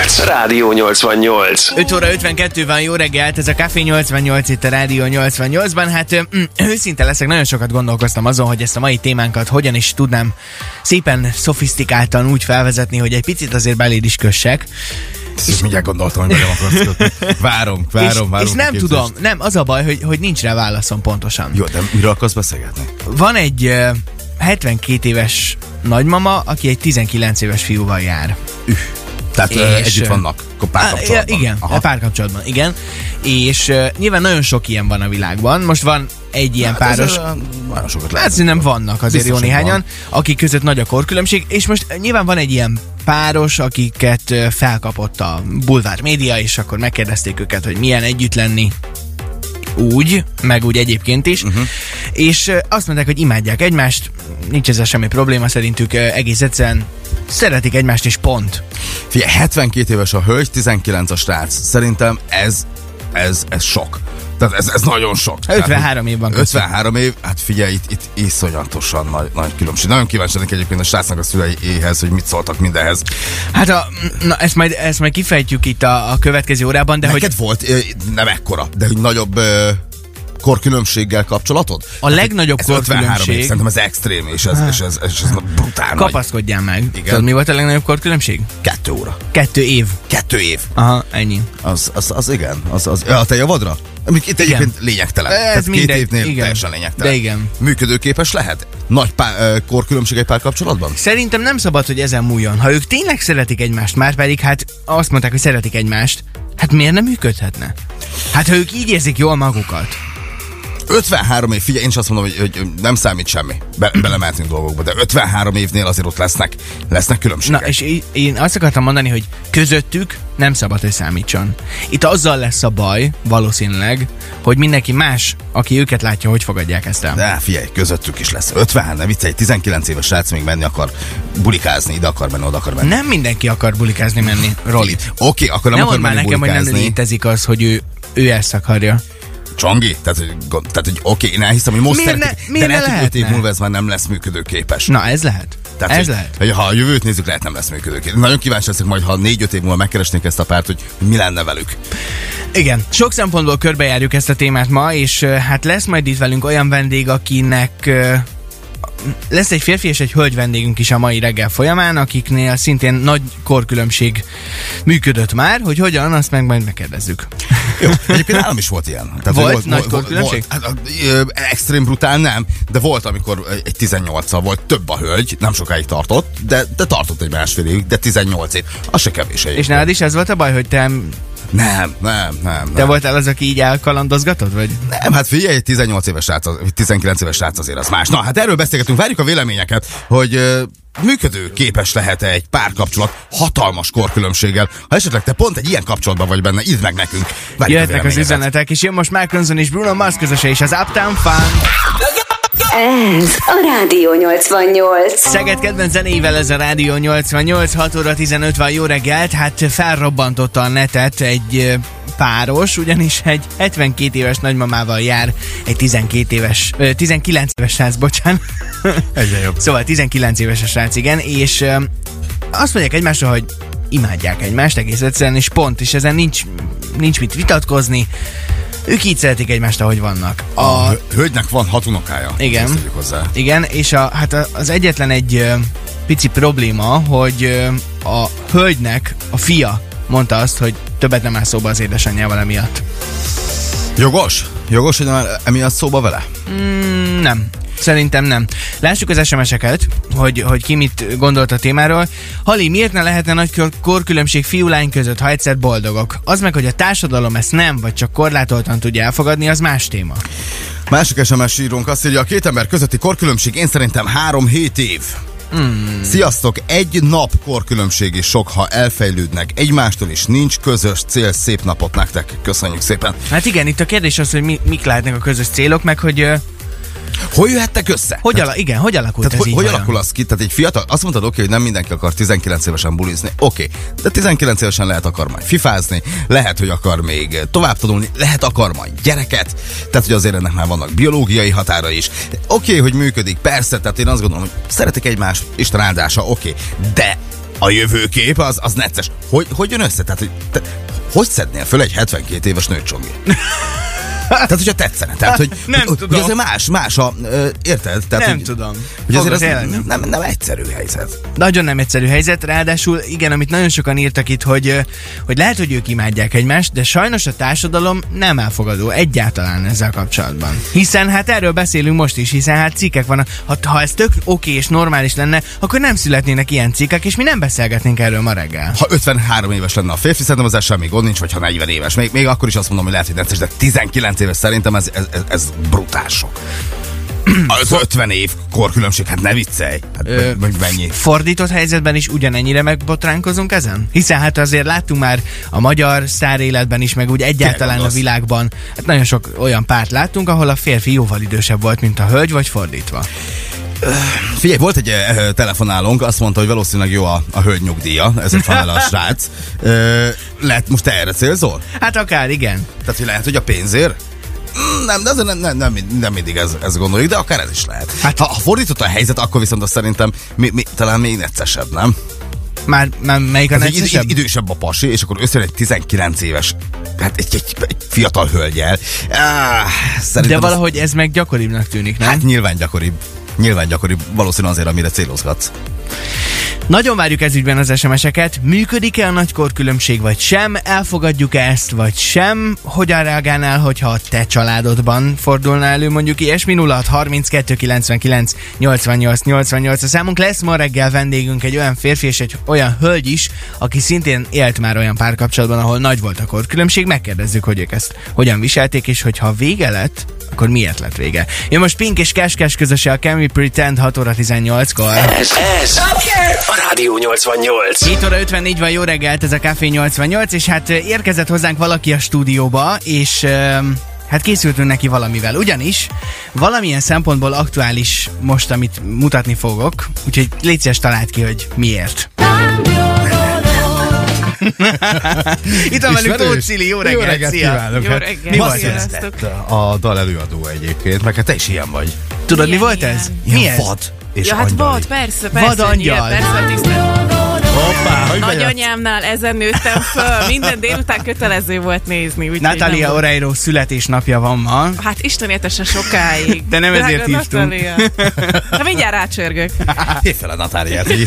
8. Rádió 88. 5 óra 52 van, jó reggelt, ez a Café 88 itt a Rádió 88-ban. Hát mm, őszinte leszek, nagyon sokat gondolkoztam azon, hogy ezt a mai témánkat hogyan is tudnám szépen, szofisztikáltan úgy felvezetni, hogy egy picit azért beléd is kössek. És mindjárt gondoltam, hogy velem akarsz kötni. Várom, várom, és, várom. és a nem képzést. tudom, nem, az a baj, hogy, hogy nincs rá válaszom pontosan. Jó, de miről akarsz beszélgetni? Van egy ö, 72 éves nagymama, aki egy 19 éves fiúval jár. Üh. Tehát és... És, együtt ö, vannak, akkor Á, párkapcsolatban. Igen, Aha. párkapcsolatban, igen. És uh, nyilván nagyon sok ilyen van a világban. Most van egy ilyen Hát páros. ez, ö, Nagyon sokat Hát lehet. szerintem vannak azért Biztos, jó hogy néhányan, akik között nagy a korkülönbség, és most ö, nyilván van egy ilyen páros, akiket ö, felkapott a bulvár média, és akkor megkérdezték őket, hogy milyen együtt lenni úgy, meg úgy egyébként is, Mhm. uh-huh. és ö, azt mondták, hogy imádják egymást, nincs ezzel semmi probléma, szerintük ö, egész egyszerűen szeretik egymást, és pont. Figyelj, 72 éves a hölgy, 19 a srác. Szerintem ez, ez, ez sok. Tehát ez, ez nagyon sok. Tehát, 53 év van köztük. 53 év, hát figyelj, itt, itt iszonyatosan nagy, nagy különbség. Nagyon kíváncsi lennék egyébként a srácnak a szüleiéhez, hogy mit szóltak mindehez. Hát a, na, ezt majd, ezt majd kifejtjük itt a, a következő órában, de De hogy Neked hogy... volt, ö, nem ekkora, de hogy nagyobb ö, korkülönbséggel kapcsolatod? a legnagyobb Ez 53 év, korkülönbség... Hát, szerintem ez extrém, és ez, és ez, és ez brutál nagy. Kapaszkodjál meg. Igen. Tudod, mi volt a legnagyobb korkülönbség? Kettő óra. Kettő év. Kettő év. Aha, ennyi. Az, az, az igen. Az, az, a te javadra? Amik itt egyébként lényegtelen. Ez Tehát mindegy, két évnél igen. teljesen lényegtelen. De igen. Működőképes lehet? Nagy pá- ö, korkülönbség egy párkapcsolatban? Szerintem nem szabad, hogy ezen múljon. Ha ők tényleg szeretik egymást, már pedig hát azt mondták, hogy szeretik egymást, hát miért nem működhetne? Hát ha ők így érzik jól magukat. 53 év, figyelj, én is azt mondom, hogy, hogy nem számít semmi. Be- belemeltünk dolgokba, de 53 évnél azért ott lesznek, lesznek Na, különbségek. és í- én azt akartam mondani, hogy közöttük nem szabad, hogy számítson. Itt azzal lesz a baj, valószínűleg, hogy mindenki más, aki őket látja, hogy fogadják ezt el. De figyelj, közöttük is lesz. 50, ne viccelj, 19 éves srác még menni akar, bulikázni, ide akar menni, oda akar menni. Nem mindenki akar bulikázni menni, Roli. Oké, akkor nem, Nem akar mondd már menni nekem, hogy bulikázni. nem létezik az, hogy ő, ő ezt akarja. Csongi? Tehát, hogy, gond- tehát, hogy oké, én elhiszem, hogy most Miért ne- szeretik, de miért ne lehet, hogy 5 év lehetne? múlva ez már nem lesz működőképes. Na, ez lehet. Tehát, Tehát ez hogy, lehet. Hogy, ha a jövőt nézzük, lehet nem lesz működőképes. Nagyon kíváncsi leszek majd, ha 4-5 év múlva megkeresnék ezt a párt, hogy mi lenne velük. Igen. Sok szempontból körbejárjuk ezt a témát ma, és ö, hát lesz majd itt velünk olyan vendég, akinek ö, lesz egy férfi és egy hölgy vendégünk is a mai reggel folyamán, akiknél szintén nagy korkülönbség működött már, hogy hogyan, azt meg majd megkérdezzük. Jó, egyébként nálam is volt ilyen. Tehát, Volt hogy nagy volt, korkülönbség? volt, hát, a- ö, extrém brutál nem, de volt, amikor egy 18 volt több a hölgy, nem sokáig tartott, de, de tartott egy másfél évig, de 18 év. Az se kevés És egyébként. nálad is ez volt a baj, hogy te, Nem, nem, nem. te nem. voltál az, aki így elkalandozgatott, vagy? Nem, hát figyelj, egy 18 éves srác, az- 19 éves srác azért az más. Na, hát erről beszélgetünk, várjuk a véleményeket, hogy ö, működő képes lehet egy párkapcsolat hatalmas korkülönbséggel. Ha esetleg te pont egy ilyen kapcsolatban vagy benne, írd meg nekünk. Várjuk Jöhetnek az véleményedet. üzenetek, és jön most Mark Ronson és Bruno Mars közöse is az Uptown Funk. Ez a Rádió 88. Szeged kedvenc zenéivel ez a Rádió 88, 6 óra 15 van, jó reggelt. Hát felrobbantotta a netet egy ö, páros, ugyanis egy 72 éves nagymamával jár egy 12 éves, ö, 19 éves srác, bocsánat. Egyre jobb. Szóval 19 éves a srác, igen, és ö, azt mondják egymásra, hogy imádják egymást egész egyszerűen, és pont, és ezen nincs, nincs mit vitatkozni. Ők így szeretik egymást, ahogy vannak. A, A hölgynek van hat unokája. Igen. Ezt tegyük hozzá. igen, és a, hát a- az egyetlen egy ö, pici probléma, hogy ö, a hölgynek a fia mondta azt, hogy többet nem áll szóba az édesanyjával emiatt. Jogos? Jogos, hogy már emiatt szóba vele? Mm, nem. Szerintem nem. Lássuk az SMS-eket, hogy, hogy ki mit gondolt a témáról. Hali, miért ne lehetne nagy kor- korkülönbség fiú-lány között, ha egyszer boldogok? Az meg, hogy a társadalom ezt nem, vagy csak korlátoltan tudja elfogadni, az más téma. Másik SMS írónk azt írja, a két ember közötti korkülönbség én szerintem három hét év. Mm. Sziasztok! Egy nap korkülönbség is sok, ha elfejlődnek egymástól, és nincs közös cél. Szép napot nektek! Köszönjük szépen! Hát igen, itt a kérdés az, hogy mi, mik lehetnek a közös célok, meg hogy ö, Hogy jöhettek össze? hogy, ala, igen, hogy alakult Hát- Tehát ez hogy, így hogy vajon? alakul az ki? Tehát egy fiatal, azt mondtad, oké, hogy nem mindenki akar 19 évesen bulizni, oké, de 19 évesen lehet akar majd fifázni, lehet, hogy akar még tovább tanulni, lehet akar majd gyereket, tehát hogy azért ennek már vannak biológiai határa is. Oké, hogy működik, persze, tehát én azt gondolom, hogy szeretik egymást, Isten áldása, oké, de a jövőkép az, az necces. Hogy, hogy jön össze? Tehát, hogy te, hogy szednél föl egy 72 éves nőt, Csongi? Tehát, hogyha tetszene. Tehát, hogy, Nem hogy, tudom. Hogy azért más, más a... ö, Érted? Tehát, Nem hogy, tudom. Hogy azért Fogod, az tényleg nem, nem. nem, nem egyszerű helyzet. Nagyon nem egyszerű helyzet, ráadásul igen, amit nagyon sokan írtak itt, hogy, ö, hogy lehet, hogy ők imádják egymást, de sajnos a társadalom nem elfogadó egyáltalán ezzel kapcsolatban. Hiszen hát erről beszélünk most is, hiszen hát cikkek vannak, ha, ha ez tök oké és normális lenne, akkor nem születnének ilyen cikkek, és mi nem beszélgetnénk erről ma reggel. Ha 53 éves lenne a férfi, szerintem az semmi gond nincs, vagy ha 40 éves. Még, még akkor is azt mondom, hogy lehet, hogy necces, de 19 éves szerintem ez, ez, ez, ez brutál sok. Az 50 év korkülönbség, hát ne viccelj. Hát, Ö, vagy- vagy mennyi? Fordított helyzetben is ugyanennyire megbotránkozunk ezen? Hiszen hát azért láttunk már a magyar sztár életben is, meg úgy egyáltalán a gondolsz? világban, hát nagyon sok olyan párt láttunk, ahol a férfi jóval idősebb volt, mint a hölgy, vagy fordítva. Figyelj, volt egy eh, telefonálónk, azt mondta, hogy valószínűleg jó a, a hölgy nyugdíja, ezért van el a srác. Ö, lehet, most te erre célzol? Hát akár igen. Tehát, hogy lehet, hogy a pénzért? Mm, Nem, de azért nem, nem, nem, nem mindig ez, ez gondoljuk, de akár ez is lehet. Hát, ha, ha fordított a helyzet, akkor viszont azt szerintem mi, mi, talán még neccesebb, nem? Már, már melyik a Tehát egy neccesebb? id- idősebb a pasi, és akkor összejön egy 19 éves, hát egy, egy, egy fiatal hölgyel. Ah, De szerintem az- valahogy ez meg gyakoribbnak tűnik, nem? Hát nyilván gyakoribb. Nyilván gyakoribb, valószínűleg azért, amire célozgatsz. Nagyon várjuk ezügyben az SMS-eket. Működik-e a nagykorkülönbség, vagy sem? Elfogadjuk-e ezt, vagy sem? Hogyan reagálnál, hogyha a te családodban fordulna elő mondjuk ilyesmi? 06 32 99 88 88 a számunk. Lesz ma reggel vendégünk egy olyan férfi és egy olyan hölgy is, aki szintén élt már olyan párkapcsolatban, ahol nagy volt a korkülönbség. Megkérdezzük, hogy ők ezt hogyan viselték, és hogyha vége lett, akkor miért lett vége? Jön most Pink és Keskes közöse a Can We Pretend 6 óra 18-kor. Ez, ez a Rádió 88. 7 óra 54 van, jó reggelt, ez a Café 88, és hát ö, érkezett hozzánk valaki a stúdióba, és öm, hát készültünk neki valamivel. Ugyanis valamilyen szempontból aktuális most, amit mutatni fogok, úgyhogy légy szíves, találd ki, hogy miért. Itt van velünk Ismerős? Tóth Cili, jó reggelt, jó reggelt szia! kívánok. hát Jó reggelt. Mi Ma volt ez? született a dal előadó egyébként, meg hát te is ilyen vagy. Tudod, mi Ilyen, volt ez? Ilyen Mi ez? vad és Ja, hát angyali. volt, persze, persze. Vad angyal. nyilván, Persze, tisztelt. Hoppá, hogy megy a- Nagyanyámnál ezen nőttem föl. Minden délután kötelező volt nézni. úgyhogy nem Natalia volt- Oreiro születésnapja van ma. Hát Isten értese sokáig. De nem Drága ezért hívtunk. Natalia. Na mindjárt rácsörgök. Hívd fel a Natáliát, hogy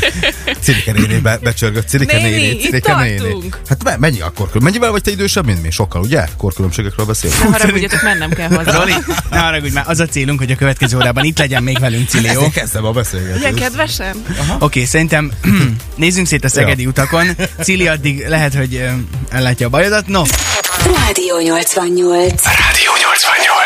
Cilike néni be, becsörgött. Cilike Néni, néni, itt Cilike néni. tartunk. Hát me- mennyi a korkülönbség? Mennyivel vagy te idősebb, mint mi? Sokkal, ugye? Korkülönbségekről beszélünk. Ne haragudjatok, mennem kell hozzá. Roli, ne haragudj már, az a célunk, hogy a következő órában itt legyen még velünk, Cili, jó? Ezért kezdtem a beszélgetést. Ilyen kedvesen? Oké, okay, szerintem nézzünk szét a szegedi utakon. Cili addig lehet, hogy ö, ellátja a bajodat. No, Rádió 88. Rádió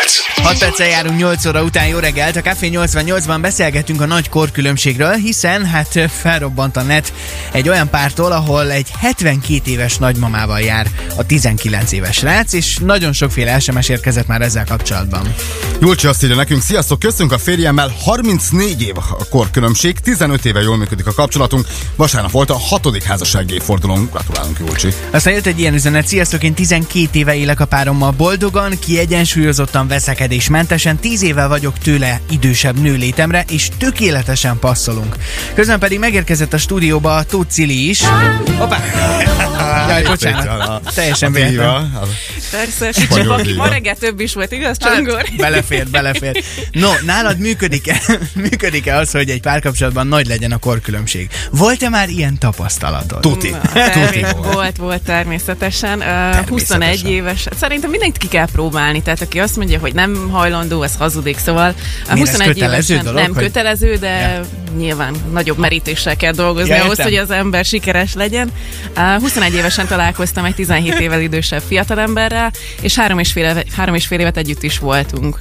88. 6 perccel járunk 8 óra után, jó reggelt! A Café 88-ban beszélgetünk a nagy korkülönbségről, hiszen hát ö, felrobbant a net egy olyan pártól, ahol egy 72 éves nagymamával jár a 19 éves rác, és nagyon sokféle SMS érkezett már ezzel kapcsolatban. Julcsi azt írja nekünk, sziasztok, köszönjük a férjemmel, 34 év a korkülönbség, 15 éve jól működik a kapcsolatunk, vasárnap volt a hatodik házassági évfordulónk, gratulálunk Julcsi. Aztán jött egy ilyen üzenet, sziasztok, én 12 éve élek a párommal boldogan, kiegyensúlyozottan, veszekedésmentesen, 10 éve vagyok tőle idősebb nőlétemre, és tökéletesen passzolunk. Közben pedig megérkezett a stúdióba a Tóth Cili is. Hoppá! Jaj, bocsánat, teljesen Hát véletlen. Persze, kicsi Spanyol aki ma díja. reggel több is volt, igaz, Hát, Csongor? Belefér, belefér. No, nálad működik-e, működik-e az, hogy egy párkapcsolatban nagy legyen a korkülönbség? Volt-e már ilyen tapasztalatod? Tuti. Na, Tuti termé- volt. volt, volt természetesen. természetesen. 21 éves. Szerintem mindenkit ki kell próbálni. Tehát aki azt mondja, hogy nem hajlandó, az hazudik. Szóval a Mi, ez 21 kötelező évesen dolog, nem hogy- kötelező, de Ja. nyilván nagyobb merítéssel kell dolgozni Ja, ahhoz, értem. hogy az ember sikeres legyen. Ö, 21 évesen találkoztam egy 17 évvel idősebb fiatalemberrel, és három és fél, éve- három és fél évet együtt is voltunk.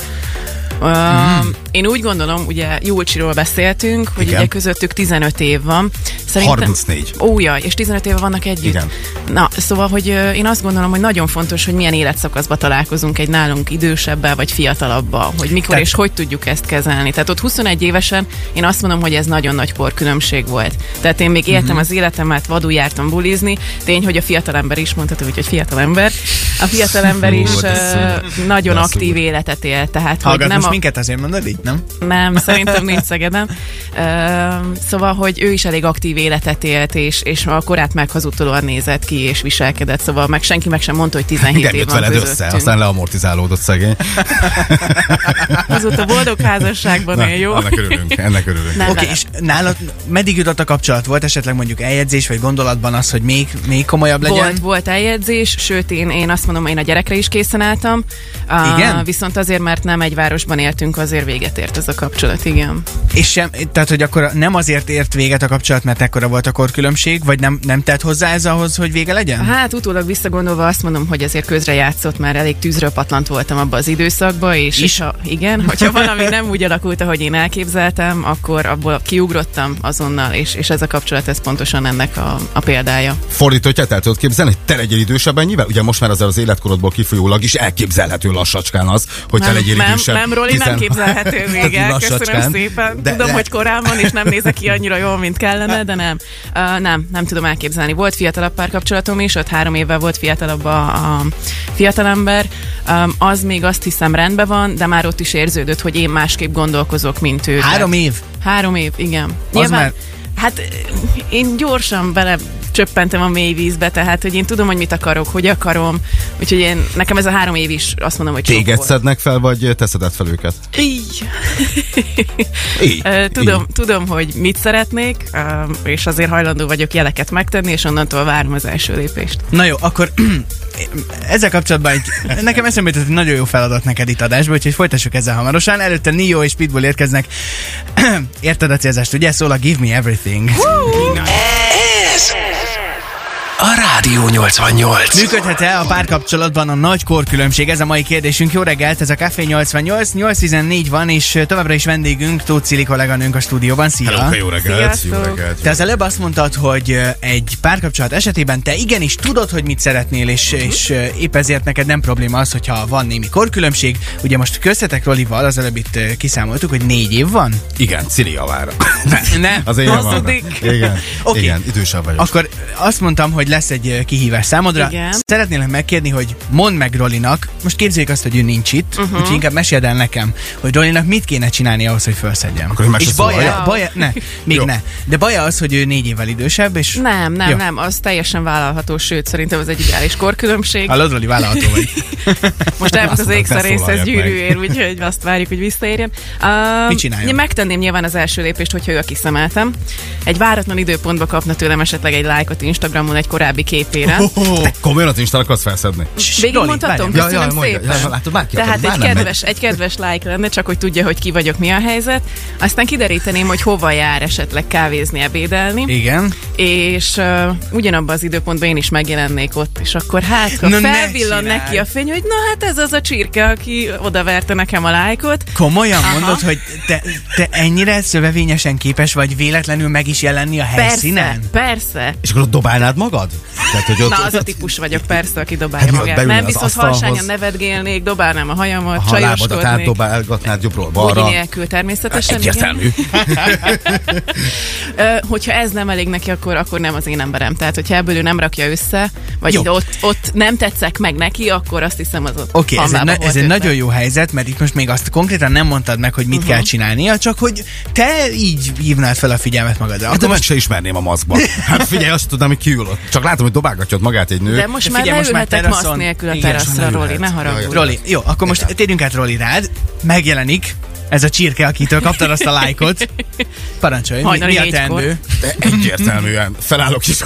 Mm. Uh, én úgy gondolom, ugye Júlcsiról beszéltünk, hogy Igen. ugye közöttük 15 év van. Szerintem, 34. Ó, jaj, és 15 éve vannak együtt. Igen. Na, szóval, hogy ö, én azt gondolom, hogy nagyon fontos, hogy milyen életszakaszba találkozunk egy nálunk idősebbel vagy fiatalabbal, hogy mikor Tehát- és hogy tudjuk ezt kezelni. Tehát ott 21 évesen én azt mondom, hogy ez nagyon nagy korkülönbség volt. Tehát én Mhm. még éltem az életemet, vadul jártam bulizni, tény, hogy a fiatalember is mondható, hogy egy fiatalember. a fiatalember is Ú, de ö, szúr. nagyon De aktív szúr. életet él, tehát hogy Hallgat nem most a, minket azért mondod így, nem? Nem, szerintem nincs Szegeden. Ö, Szóval, hogy ő is elég aktív életet élt, és, és a korát meghazudtolóan nézett ki, és viselkedett, szóval meg senki meg sem mondta, hogy 17 Igen, év jött van veled össze, aztán közöttünk. leamortizálódott szegény. Azóta boldog házasságban él, jó? Ennek örülünk, ennek örülünk. Nem Oké, okay, velem. és nálad meddig jutott a kapcsolat? Volt esetleg mondjuk eljegyzés, vagy gondolatban az, hogy még, még komolyabb legyen? Volt, volt eljegyzés, sőt én, én azt mondom, én a gyerekre is készen álltam. Á, Igen? viszont azért, mert nem egy városban éltünk, azért véget ért ez a kapcsolat, igen. És sem, tehát, hogy akkor nem azért ért véget a kapcsolat, mert ekkora volt a korkülönbség, vagy nem, nem tett hozzá ez ahhoz, hogy vége legyen? Hát utólag visszagondolva azt mondom, hogy ezért közre játszott, mert elég tűzről patlant voltam abba az időszakba, és, Is? és ha, igen, hogyha valami nem úgy alakult, ahogy én elképzeltem, akkor abból kiugrottam azonnal, és, és ez a kapcsolat, ez pontosan ennek a, a példája. Fordítottját el tudod képzelni, hogy te legyél idősebb ennyivel? Ugye most már azért az életkorodból kifolyólag is elképzelhető lassacskán az, hogy te Nem, legyél nem, idősebb. nem, Roli, nem Tizen- képzelhető Tehát még el, köszönöm lassacskán. szépen. De, Tudom, hogy korán van, és nem nézek ki annyira jól, mint kellene, de nem. Uh, nem, nem tudom elképzelni. Volt fiatalabb párkapcsolatom is, ott három évvel volt fiatalabb a, a fiatalember. Um, az még azt hiszem rendben van, de már ott is érződött, hogy én másképp gondolkozok, mint ő. Három év? Három év, igen. Nyilván, már- Hát eh, én gyorsan bele csöppentem a mély vízbe, tehát hogy én tudom, hogy mit akarok, hogy akarom, úgyhogy én, nekem ez a három év is azt mondom, hogy sok Téged volt. szednek fel, vagy teszed fel őket? Így. Így, Ö, Tudom, így. tudom, hogy mit szeretnék, ö, és azért hajlandó vagyok jeleket megtenni, és onnantól várom az első lépést. Na jó, akkor ezzel kapcsolatban egy, nekem eszembe jutott egy nagyon jó feladat neked itt adásba, úgyhogy folytassuk ezzel hamarosan. Előtte Nio és Pitbull érkeznek. Érted a célzást, ugye? Szól a Give Me Everything. Ez a Rádió 88. Működhet-e a párkapcsolatban a nagy korkülönbség? Ez a mai kérdésünk. Jó reggelt, ez a Café 88, 814 van, és továbbra is vendégünk, Tóth Cili kolléganőnk a stúdióban. Szia! Hello, jó reggelt, jó Sziasztok. reggelt. Te az előbb azt mondtad, hogy ö, egy párkapcsolat esetében te igenis tudod, hogy mit szeretnél, Mhm. és, és ö, épp ezért neked nem probléma az, hogyha van némi korkülönbség. Ugye most köztetek Rolival, az előbb itt ö, kiszámoltuk, hogy négy év van. Igen, Cili javára. Nem. Az én javára. Hazudik. Igen, Oké. igen, idősebb vagyok. Akkor azt mondtam, hogy lesz egy ö, kihívás számodra. Igen. Szeretnélek megkérni, hogy mondd meg Rolinak, most képzeljük azt, hogy ő nincs itt, Mhm. uh-huh. úgyhogy inkább meséld el nekem, hogy Rolinak mit kéne csinálni ahhoz, hogy felszedjem. Akkor ő meg se És baja, szólalja? baja, ne, még Jó. ne. De baja az, hogy ő négy évvel idősebb, és... Nem, nem, Jó. Jó. nem, az teljesen vállalható, sőt, szerintem az egy ideális korkülönbség. Hallod, Roli, vállalható vagy. Most Hát, elment az Azt mondták, ne ékszerészhez szólalják meg. gyűrűért, úgyhogy azt várjuk, hogy visszaérjen. Um, Mit csináljon? Én megtenném nyilván az első lépést, hogyha ő a kiszemeltem. Egy váratlan időpontba kapna tőlem esetleg egy lájkot Instagramon egy korábbi képére. Te komolyan az Instán akarsz felszedni? Végigmondhatom? várjál. Ja, Köszönöm ja, mondja. szépen. Ja, látod, már ki- Tehát már egy nem megy. kedves, egy kedves like lenne, csak hogy tudja, hogy ki vagyok, mi a helyzet. Aztán kideríteném, hogy hova jár esetleg kávézni, ebédelni, Igen. és uh, ugyanabban az időpontban én is megjelennék ott, és akkor hát, ha Na, ne felvillan csinálj! neki a fény, hogy na hát ez az a csirke, aki odaverte nekem a lájkot, Komolyan Aha. mondod, hogy te, te ennyire szövevényesen képes vagy véletlenül meg is jelenni a Persze, helyszínen? persze. És akkor ott dobálnád magad? Tehát, hogy ott, Na, az a típus vagyok, persze, aki Hát dobálja mi ott magát. beülne Nem, az viszont asztalhoz? halsányan nevetgélnék, dobálnám a hajamat, ha a lábadat csajoskodnék. átdobálgatnád jobbról Bugyi balra. nélkül természetesen, igen. Egyértelmű. Ö, hogyha ez nem elég neki, akkor, akkor nem az én emberem. Tehát, hogyha ebből ő nem rakja össze, vagy Jó. itt ott, ott nem tetszek meg neki, akkor azt hiszem az ott Oké, okay, ez, egy, hamvába na- volt ez egy ötlet. nagyon jó helyzet, mert itt most még azt konkrétan nem mondtad meg, hogy mit Mhm. uh-huh. kell csinálnia, csak hogy te így hívnád fel a figyelmet magadra. Hát Akkor de meg se ismerném a maszkba. Hát figyelj, azt tudnám, hogy kiül ott. Csak látom, hogy dobálgatja ott magát egy nő. De most De már figyelj, most már leülhetek masz teraszon- nélkül a Igen, teraszra, sajnálom, Roli, ne lehet. haragudj. Roli, jó, akkor most térjünk át Roli rád. Megjelenik ez a csirke, akitől kaptad azt a lájkot. Parancsolj, mi, Hajnali mi a négykor. teendő? De egyértelműen felállok is.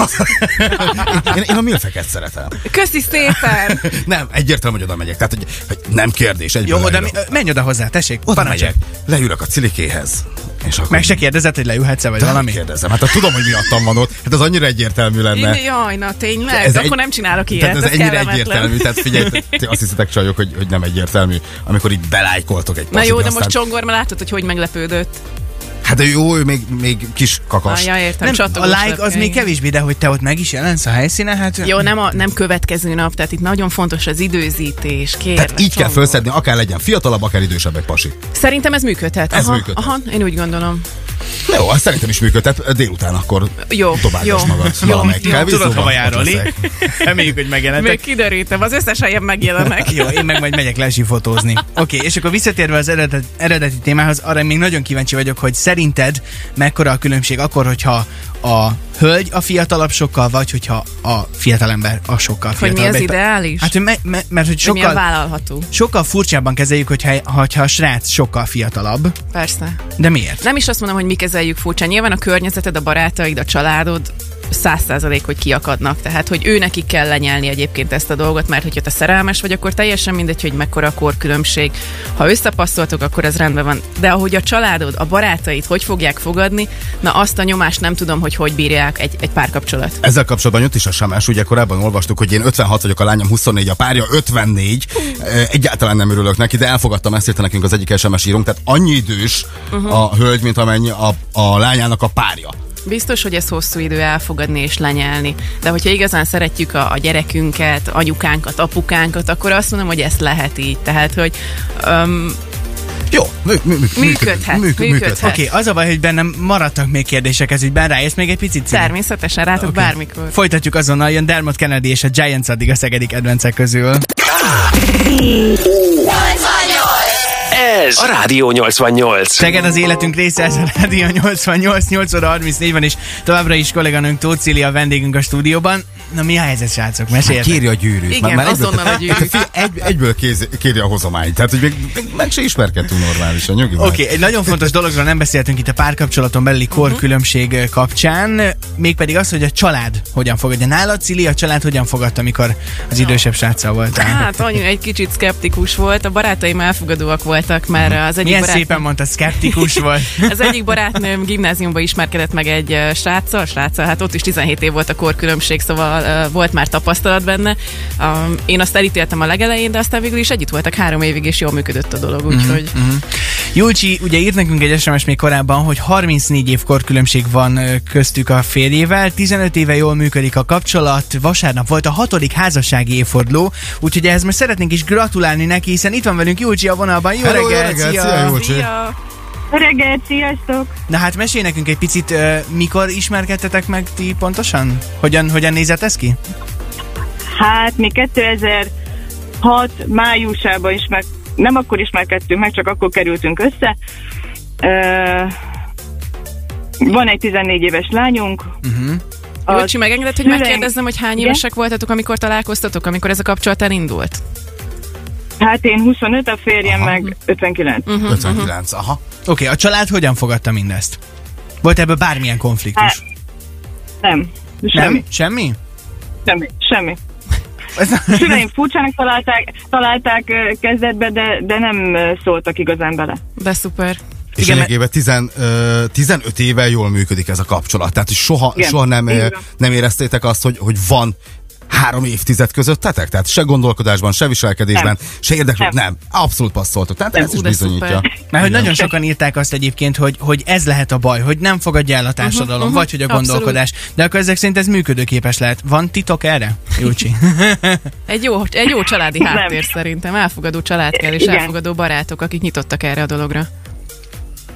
Én, én a milfeket szeretem. Köszi szépen! Nem, egyértelmű, hogy oda megyek. Tehát, hogy, hogy nem kérdés. Egyből Jó, oda, mi- leülök. menj oda hozzá, tessék, oda parancsolj. megyek. Leülök a cilikéhez. És akkor Meg se kérdezed, hogy leülhetsz-e, vagy De valami? Kérdezem, hát ha tudom, hogy miattam van ott. Hát az annyira egyértelmű lenne. Jaj, na tényleg, akkor nem csinálok ilyet, Tehát ez, ennyire kellemetlen. egyértelmű, tehát figyelj, ti azt hiszitek csajok, hogy, hogy nem egyértelmű, amikor így belájkoltok egy Na pasit, jó, de aztán- most Csongor, már látod, hogy hogy meglepődött. Hát de jó, ő még, még kis kakas. Ah, ja, értem, Nem, a csatogós like az lepke, még igen. kevésbé, de hogy te ott meg is jelensz a helyszínen, hát... Jó, nem, a, nem következő nap, tehát itt nagyon fontos az időzítés, kérlek. Tehát így kell Csongor. felszedni, akár legyen fiatalabb, akár idősebb egy pasi. Szerintem ez működhet. Ez aha, működhet. Aha, én úgy gondolom. Jó, azt szerintem is működtet. Délután akkor Jó, jó. dobálgass magad. Jó, valamelyik jó. kávézóban, Tudod, hova jár, ott Oli? leszek. Reméljük, hogy Még megjelentek. kiderítem, az összes helyen megjelenek. Jó, én meg majd megyek lesifotózni. Oké, okay, és akkor visszatérve az eredet, eredeti témához, arra még nagyon kíváncsi vagyok, hogy szerinted mekkora a különbség akkor, hogyha a hölgy a fiatalabb sokkal, vagy hogyha a fiatalember a sokkal Hogy fiatalabb. mi az Egy- ideális? Hát, hogy me, me, mert hogy Hogy milyen sokkal, vállalható. sokkal furcsábban kezeljük, hogyha, hogyha a srác sokkal fiatalabb. Persze. De miért? Nem is azt mondom, hogy mi kezeljük furcsán. Nyilván a környezeted, a barátaid, a családod száz százalék, hogy kiakadnak. Tehát, hogy ő nekik kell lenyelni egyébként ezt a dolgot, mert hogyha te szerelmes vagy, akkor teljesen mindegy, hogy mekkora a korkülönbség. Ha összepasszoltok, akkor ez rendben van. De ahogy a családod, a barátaid hogy fogják fogadni, na azt a nyomást nem tudom, hogy hogy bírják egy, egy párkapcsolat. Ezzel kapcsolatban jött is a Samás, ugye korábban olvastuk, hogy én 56 vagyok, a lányom 24, a párja 54. Eh, Egyáltalán nem örülök neki, de elfogadtam, ezt írta nekünk az egyik SMS írunk, tehát annyi idős uh-huh. a hölgy, mint amennyi a, a lányának a párja. Biztos, hogy ez hosszú idő elfogadni és lenyelni, de hogyha igazán szeretjük a, a gyerekünket, anyukánkat, apukánkat, akkor azt mondom, hogy ezt lehet így. Tehát, hogy um, Jó, mű, mű, mű, Működhet, Hát működhet. Oké, okay, az a baj, hogy bennem maradtak még kérdések ez ügyben, rájössz még egy picit? Cilla? természetesen rátok okay. bármikor. Folytatjuk azonnal, jön Dermot Kennedy és a Giants addig a szegedik edvencek közül. Ez a Rádió 88. Szeged az életünk része, ez a Rádió 88, 8 óra 34 van, és továbbra is kolléganőnk Tóth Cília a vendégünk a stúdióban. Na mi a helyzet, srácok? Meséljetek. Kéri a gyűrűt. Igen, egyből- azonnal a gyűrűt. Hát, Egy, egyből kézi, kéri a hozományt. Tehát, hogy még, még meg se ismerkedtünk normálisan, nyugi már. Oké, okay, egy nagyon fontos dologról nem beszéltünk itt a párkapcsolaton belüli korkülönbség ö, kapcsán, mégpedig az, hogy a család hogyan fogadja. Nálad, Cili, a család hogyan fogadta, amikor az idősebb sráccal voltál? Hát, anyu egy kicsit szkeptikus volt, a barátaim elfogadóak voltak, mert az egyik Mhm. Milyen barát... szépen mondta, szkeptikus volt. Az egyik barátnőm gimnáziumban ismerkedett meg egy ö, sráccal, sráccal, hát ott is 17 év volt a korkülönbség, szóval ö, volt már tapasztalat benne. Um, én azt elítéltem a legelején, de aztán végül is együtt voltak három évig, és jól működött a dolog, Mhm. úgyhogy... Julcsi, ugye írt nekünk egy SMS még korábban, hogy 34 év korkülönbség van ö, köztük a férjével, 15 éve jól működik a kapcsolat, vasárnap volt a hatodik házassági évforduló, úgyhogy ehhez most szeretnénk is gratulálni neki, hiszen itt van velünk Julcsi a vonalban. Jó Hello, reggelt, szia! szia, Jócsi. Szia! Jó reggelt, sziasztok! Na hát mesélj nekünk egy picit, ö, mikor ismerkedtetek meg ti pontosan? Hogyan, hogyan nézett ez ki? Hát mi 2006 májusában is meg, nem akkor ismerkedtünk meg, csak akkor kerültünk össze. Ö, van egy 14 éves lányunk. Uh-huh. Jocsi, megengedett, hogy szüleink- megkérdezzem, hogy hány Igen? évesek voltatok, amikor találkoztatok, amikor ez a kapcsolat elindult? Hát én 25, a férjem Aha. Mhm. Aha. meg 59. 59, aha. Oké, okay, a család hogyan fogadta mindezt? Volt ebből bármilyen konfliktus? Hát, Nem, semmi, Nem? Semmi? semmi, semmi. Ez, Szüleim furcsának találták, találták ö, kezdetbe, de, de nem ö, szóltak igazán bele. De szuper. És Igen, lényegében 10, ö, 15 éve jól működik ez a kapcsolat. Tehát hogy soha, Igen, soha nem, így ö, van. nem éreztétek azt, hogy, hogy van három évtized közöttetek? Tehát se gondolkodásban, se viselkedésben, nem. Nem. se érdeklőd, nem. Nem. nem. Abszolút passzoltok. Tehát Nem. ez is Ú, de bizonyítja. szuper. Mert hogy nagyon sokan írták azt egyébként, hogy, hogy ez lehet a baj, hogy nem fogadja el a társadalom, uh-huh, uh-huh, vagy hogy a Mhm, abszolút. gondolkodás. De akkor ezek szerint ez működőképes lehet. Van titok erre, Júcsi? Egy jó, egy jó családi Nem. háttér szerintem, elfogadó család kell, és Igen. elfogadó barátok, akik nyitottak erre a dologra.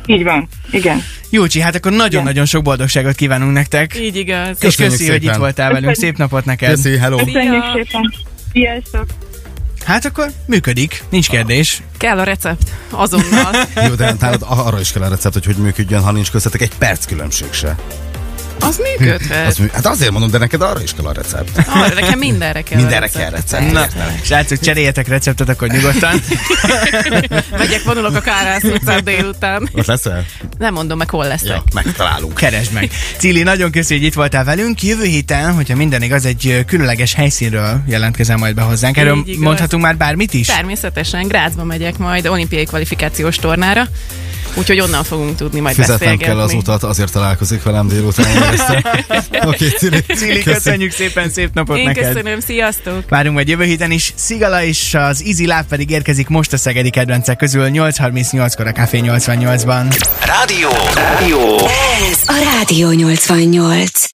Így van, igen. Júcsi, hát akkor nagyon-nagyon sok boldogságot kívánunk nektek. Így igaz. És Köszönjük köszi, hogy szépen. itt voltál velünk. Szép napot neked. Köszi, hello. Köszönjük Szia. szépen. Sziasztok! Hát akkor működik, nincs kérdés. Kell a recept azonnal. Jó, de hát nálad arra is kell a recept, hogy hogy működjön, ha nincs köztetek egy perc különbség se. Az Az, működhet. mű- hát azért mondom, de neked arra is kell a recept. Arra, nekem mindenre kell. a Mindenre recept. kell recept. Na, értelek. srácok, cseréljetek receptet, akkor nyugodtan. Megyek, vonulok a Kárász utcán délután. Ott leszel? Nem mondom meg, hol leszek. Ja, megtalálunk. Keresd meg. Cili, nagyon köszi, hogy itt voltál velünk. Jövő héten, hogyha minden igaz, egy ö, különleges helyszínről jelentkezel majd be hozzánk. Erről Így igaz. mondhatunk már bármit is? Természetesen Grázba megyek majd olimpiai kvalifikációs tornára, úgyhogy onnan fogunk tudni majd Fizetnem beszélgetni. kell az utat, azért találkozik velem délután. Oké, Cili. Cili, köszi. köszönjük szépen, szép napot Én neked. köszönöm, sziasztok! Várunk majd jövő héten is. Szigala és az Easy Lab pedig érkezik most a szegedi kedvencek közül 8.38-kor a Café 88-ban. Rádió. Rádió. Ez a Rádió 88.